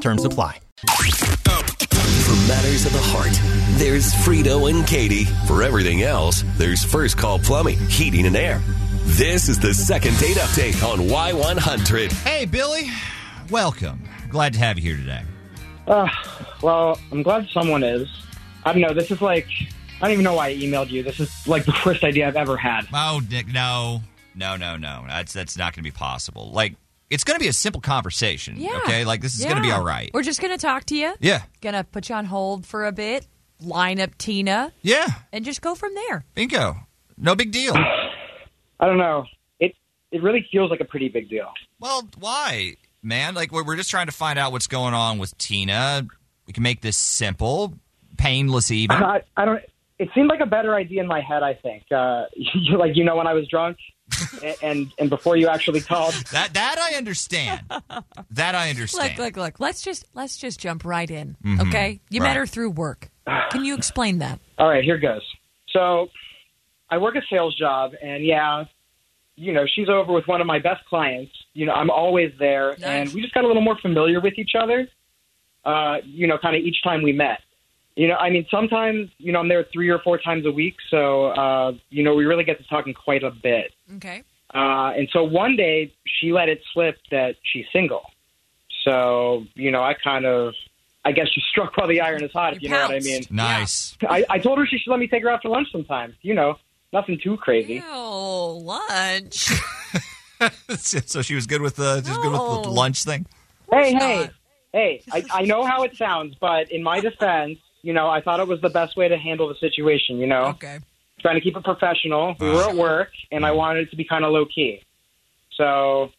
Terms apply. For matters of the heart, there's Frito and Katie. For everything else, there's First Call Plumbing, Heating and Air. This is the second date update on Y100. Hey, Billy. Welcome. Glad to have you here today. Uh, well, I'm glad someone is. I don't know. This is like I don't even know why I emailed you. This is like the worst idea I've ever had. Oh, Nick, no. No, no, no. That's that's not going to be possible. Like it's going to be a simple conversation, Yeah. okay? Like this is going to be Yeah. all right. We're just going to talk to you. yeah. Going to put you on hold for a bit, line up Tina, Yeah. and just go from there. Bingo. No big deal. I don't know. It it really feels like a pretty big deal. well, why, man? Like we're, we're just trying to find out what's going on with Tina. We can make this simple, painless even. Uh-huh. I, I don't. It seemed like a better idea in my head. I think. Uh, you, like you know when I was drunk, and, and and before you actually called. that that I understand. that I understand. Look, look, look. Let's just let's just jump right in. Okay? You Mm-hmm. Right. met her through work. Can you explain that? All right, here goes. So, I work a sales job, and yeah, you know she's over with one of my best clients. You know, I'm always there, and we just got a little more familiar with each other. Uh, you know, kind of each time we met. You know, I mean, sometimes you know I'm there three or four times a week, so uh, you know we really get to talking quite a bit. Okay. Uh, and so one day she let it slip that she's single. So you know, I kind of, I guess she struck while the iron is hot. If You you know what I pounced. mean. Nice. I, I told her she should let me take her out for lunch sometime. You know, nothing too crazy. Ew, lunch. so she was good with the she was good with the No. lunch thing. Hey, hey, not. hey! I, I know how it sounds, but in my defense, you know, I thought it was the best way to handle the situation. You know, Okay. trying to keep it professional. We were at work, and I wanted it to be kind of low key. So,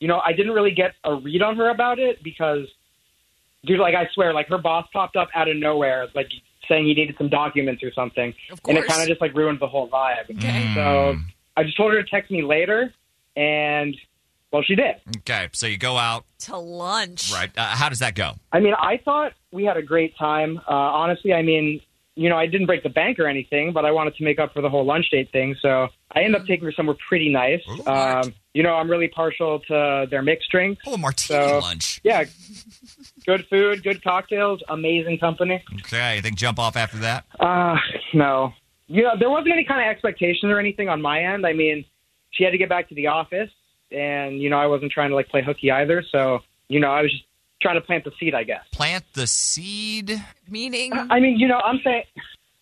you know, I didn't really get a read on her about it because, dude, like I swear, like her boss popped up out of nowhere, like saying he needed some documents or something, Of and it course. kind of just like ruined the whole vibe. Mm. Okay. So I just told her to text me later, and well, she did. Okay, so you go out, To lunch. right? Uh, how does that go? I mean, I thought we had a great time. Uh, honestly, I mean, you know, I didn't break the bank or anything, but I wanted to make up for the whole lunch date thing. So I ended up taking her somewhere pretty nice. Um, you know, I'm really partial to their mixed drinks. Oh, a martini So- lunch. Yeah, good food, good cocktails, amazing company. Okay, you think jump off after that? Uh, no. You know, there wasn't any kind of expectation or anything on my end. I mean, she had to get back to the office, and, you know, I wasn't trying to, like, play hooky either. So, you know, I was just trying to plant the seed, I guess. Plant the seed. Meaning I mean, you know, I'm saying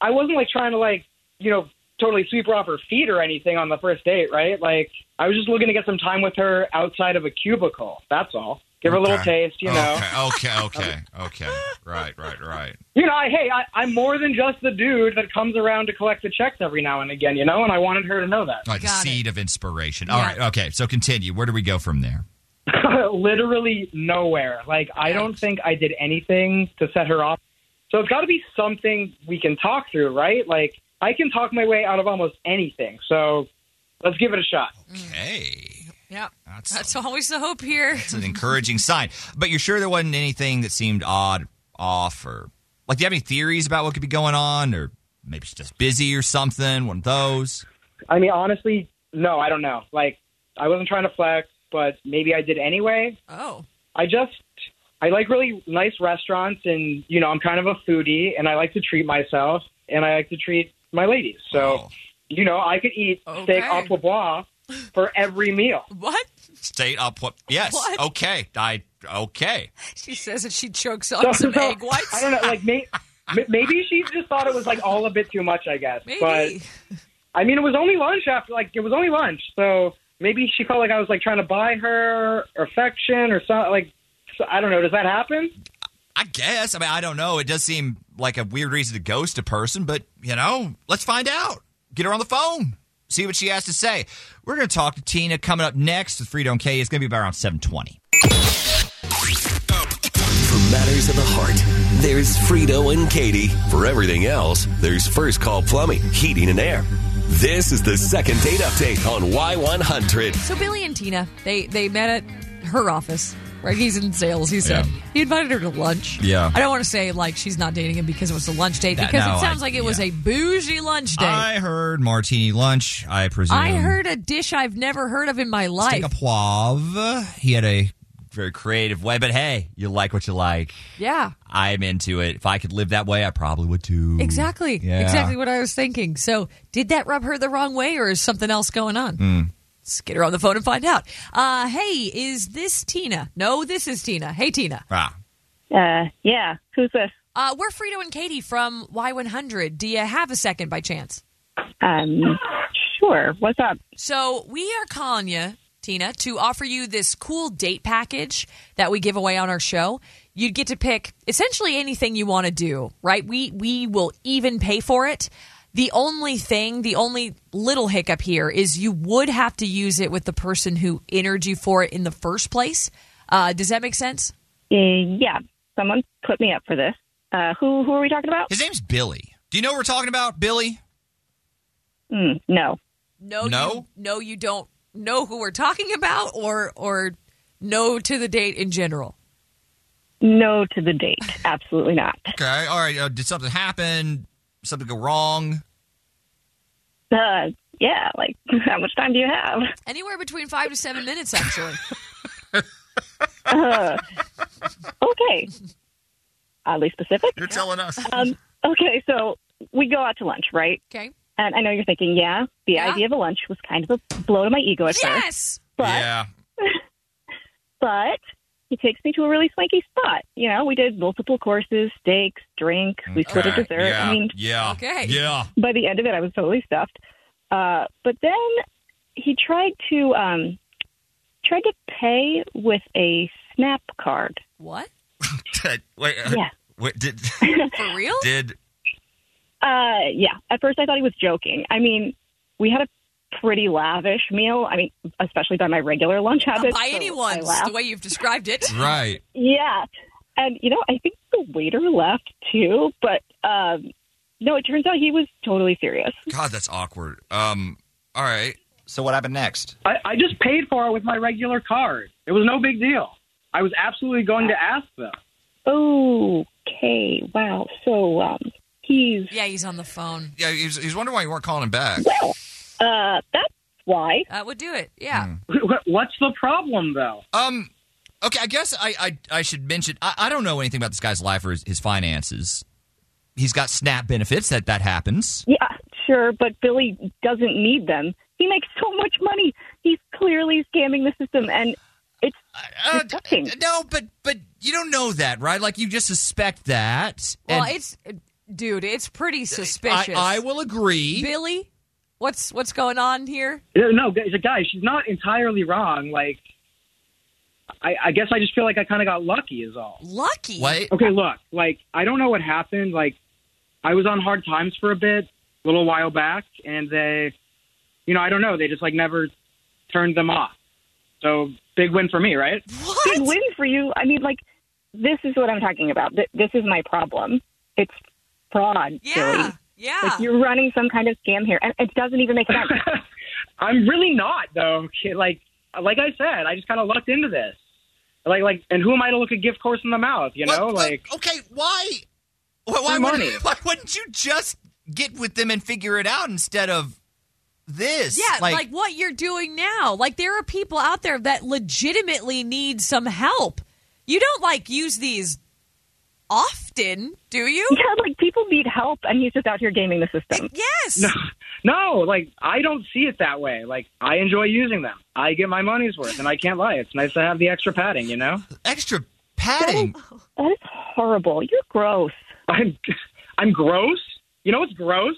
I wasn't, like, trying to, like, you know, totally sweep her off her feet or anything on the first date, right? Like, I was just looking to get some time with her outside of a cubicle. That's all. Give her a little Okay. taste, you know. Okay, okay, okay, okay. Right, right, right. You know, I, hey, I, I'm more than just the dude that comes around to collect the checks every now and again, you know, and I wanted her to know that. All right, the Got it. seed of inspiration. All Yeah. right, okay. So continue. Where do we go from there? literally nowhere. Like I don't think I did anything to set her off. So it's got to be something we can talk through, right? Like I can talk my way out of almost anything. So let's give it a shot. Mm. Okay. Yep. That's, That's always the hope here. that's an encouraging sign. But you're sure there wasn't anything that seemed odd, off, or like, do you have any theories about what could be going on? Or maybe she's just busy or something? One of those? I mean, honestly, no, I don't know. Like I wasn't trying to flex, but maybe I did anyway. Oh. I just I like really nice restaurants, and you know I'm kind of a foodie, and I like to treat myself, and I like to treat my ladies. So Oh. you know I could eat steak Okay. au pois for every meal. What? State up what? Yes. What? Okay. I, okay. She says that she chokes on some So, egg whites. I don't know. Like may, m- maybe she just thought it was like all a bit too much. I guess. But Maybe. I mean, it was only lunch after. Like it was only lunch. So maybe she felt like I was like trying to buy her affection or something. Like so, I don't know. Does that happen? I guess. I mean, I don't know. It does seem like a weird reason to ghost a person, but you know, let's find out. Get her on the phone. See what she has to say. We're going to talk to Tina coming up next with Frito and Kay. It's going to be about around 720. For For matters of the heart, there's Frito and Katie. For everything else, there's First Call Plumbing, Heating and Air. This is the second date update on Y100. So Billy and Tina, they they met at her office. Right, he's in sales. He said Yeah. he invited her to lunch. Yeah. I don't want to say like she's not dating him because it was a lunch date That- because no, it sounds I- like it was yeah. a bougie lunch date. I, I heard martini lunch. I presume. heard a dish I've never heard of in my steak life. a poivre. He had a very creative way, but hey, you like what you like. yeah, I'm into it. If I could live that way, I probably would too. exactly, Yeah. exactly what I was thinking. So did that rub her the wrong way, or is something else going on? Hmm. Let's get her on the phone and find out. Uh, hey, is this Tina? No, this is Tina. Hey, Tina. Ah, Uh, yeah. Who's this? Uh, we're Frito and Katie from Y100. Do you have a second by chance? Um, sure. What's up? So we are calling you, Tina, to offer you this cool date package that we give away on our show. You'd get to pick essentially anything you want to do, right? We we will even pay for it. The only thing, the only little hiccup here is you would have to use it with the person who entered you for it in the first place. Uh, does that make sense? Uh, yeah. Someone put me up for this. Uh, who who are we talking about? his name's Billy. Do you know what we're talking about, Billy? Mm, no. No, You, No? no, you don't know who we're talking about, or or no to the date in general. No to the date. Absolutely not. Okay, all right. Uh, did something happen? Something go wrong? Uh, yeah. Like, how much time do you have? Anywhere between five to seven minutes, actually. Uh, okay. Oddly specific. You're telling us. Um, okay. So we go out to lunch, right? Okay. And I know you're thinking, yeah, the Yeah. idea of a lunch was kind of a blow to my ego at first. Yes. But yeah. but he takes me to a really swanky spot. You know, we did multiple courses, steaks, drinks, we split a Okay, dessert. Yeah. I mean, yeah. Okay. Yeah. by the end of it, I was totally stuffed. Uh, but then he tried to um, tried to pay with a snap card. What? Wait. uh, Yeah. wait, did For real? did Uh, yeah. At first, I thought he was joking. I mean, we had a pretty lavish meal. I mean, especially by my regular lunch Uh, habits. by so I anyone's, laughed. the way you've described it. right? Yeah. And, you know, I think the waiter left too, but um, no, it turns out he was totally serious. God, that's awkward. Um. All right. So what happened next? I, I just paid for it with my regular card. It was no big deal. I was absolutely going to ask them. Okay. Wow. So um, he's, Yeah, he's on the phone. Yeah, he was, he was wondering why you weren't calling him back. uh, that's why. That would Uh, do it. Yeah. Hmm. Wh- What's the problem, though? Uh, Um. Okay, I guess I I, I should mention I, I don't know anything about this guy's life or his, his finances. He's got SNAP benefits that that happens. Yeah, sure, but Billy doesn't need them. He makes so much money. He's clearly scamming the system, and it's Uh, Disgusting. no, but but you don't know that, right? Like you just suspect that. Well, and it's uh, dude, it's pretty I, suspicious. I will agree. Billy, what's what's going on here? Yeah, No, guys, guys, she's not entirely wrong. Like, I, I guess I just feel like I kind of got lucky, is all. Lucky. Wait. Okay, look, like, I don't know what happened. Like, I was on hard times for a bit, a little while back, and they, you know, I don't know, they just, like, never turned them off. So, big win for me, right? big What? win for you. I mean, like, this is what I'm talking about. Th- This is my problem. It's fraud, Billy. Yeah. Yeah. Like you're running some kind of scam here, and it doesn't even make sense. I'm really not, though. Okay, Like, like I said, I just kind of lucked into this. Like, like, and who am I to look a gift horse in the mouth? You know, What- what- like, okay, why? Why, why, Free money. wouldn't, why wouldn't you just get with them and figure it out instead of this? yeah, like, what you're doing now. Like there are people out there that legitimately need some help. You don't like use these often, do you? yeah, like people need help, and he's just out here gaming the system. Yes. no, like, I don't see it that way. Like, I enjoy using them. I get my money's worth, and I can't lie. It's nice to have the extra padding, you know. extra padding. That is horrible. You're gross. I'm, I'm gross. You know what's gross?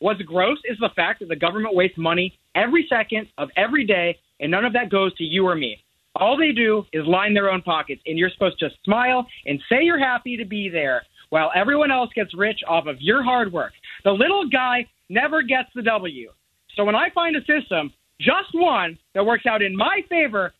What's gross is the fact that the government wastes money every second of every day, and none of that goes to you or me. All they do is line their own pockets, and you're supposed to smile and say you're happy to be there while everyone else gets rich off of your hard work. The little guy never gets the W. So when I find a system, just one, that works out in my favor,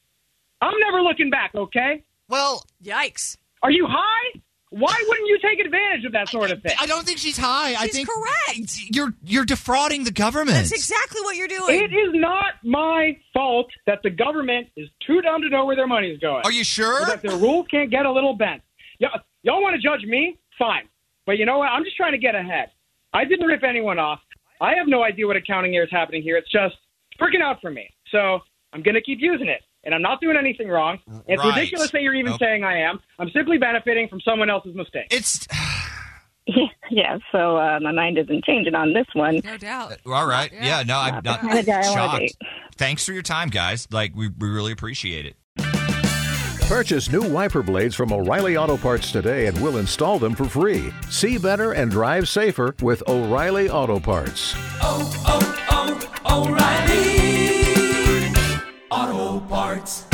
I'm never looking back, okay? Well, Yikes. Are you high? Why wouldn't you take advantage of that sort of thing? I don't think she's high. I She's think correct. You're you're defrauding the government. That's exactly what you're doing. It is not my fault that the government is too dumb to know where their money is going. Are you Or sure? that their rules can't get a little bent. Y'all, y'all want to judge me? Fine. But you know what? I'm just trying to get ahead. I didn't rip anyone off. I have no idea what accounting year is happening here. It's just freaking out for me. So I'm going to keep using it. And I'm not doing anything wrong. It's Right. ridiculous that you're even Okay. saying I am. I'm simply benefiting from someone else's mistake. It's yeah, so uh, my mind isn't changing on this one. no doubt. all right. Yeah, no, I'm not Not the guy I wanna shocked. Thanks for your time, guys. Like we, we really appreciate it. Purchase new wiper blades from O'Reilly Auto Parts today and we'll install them for free. See better and drive safer with O'Reilly Auto Parts. oh, oh, O'Reilly. Auto Parts.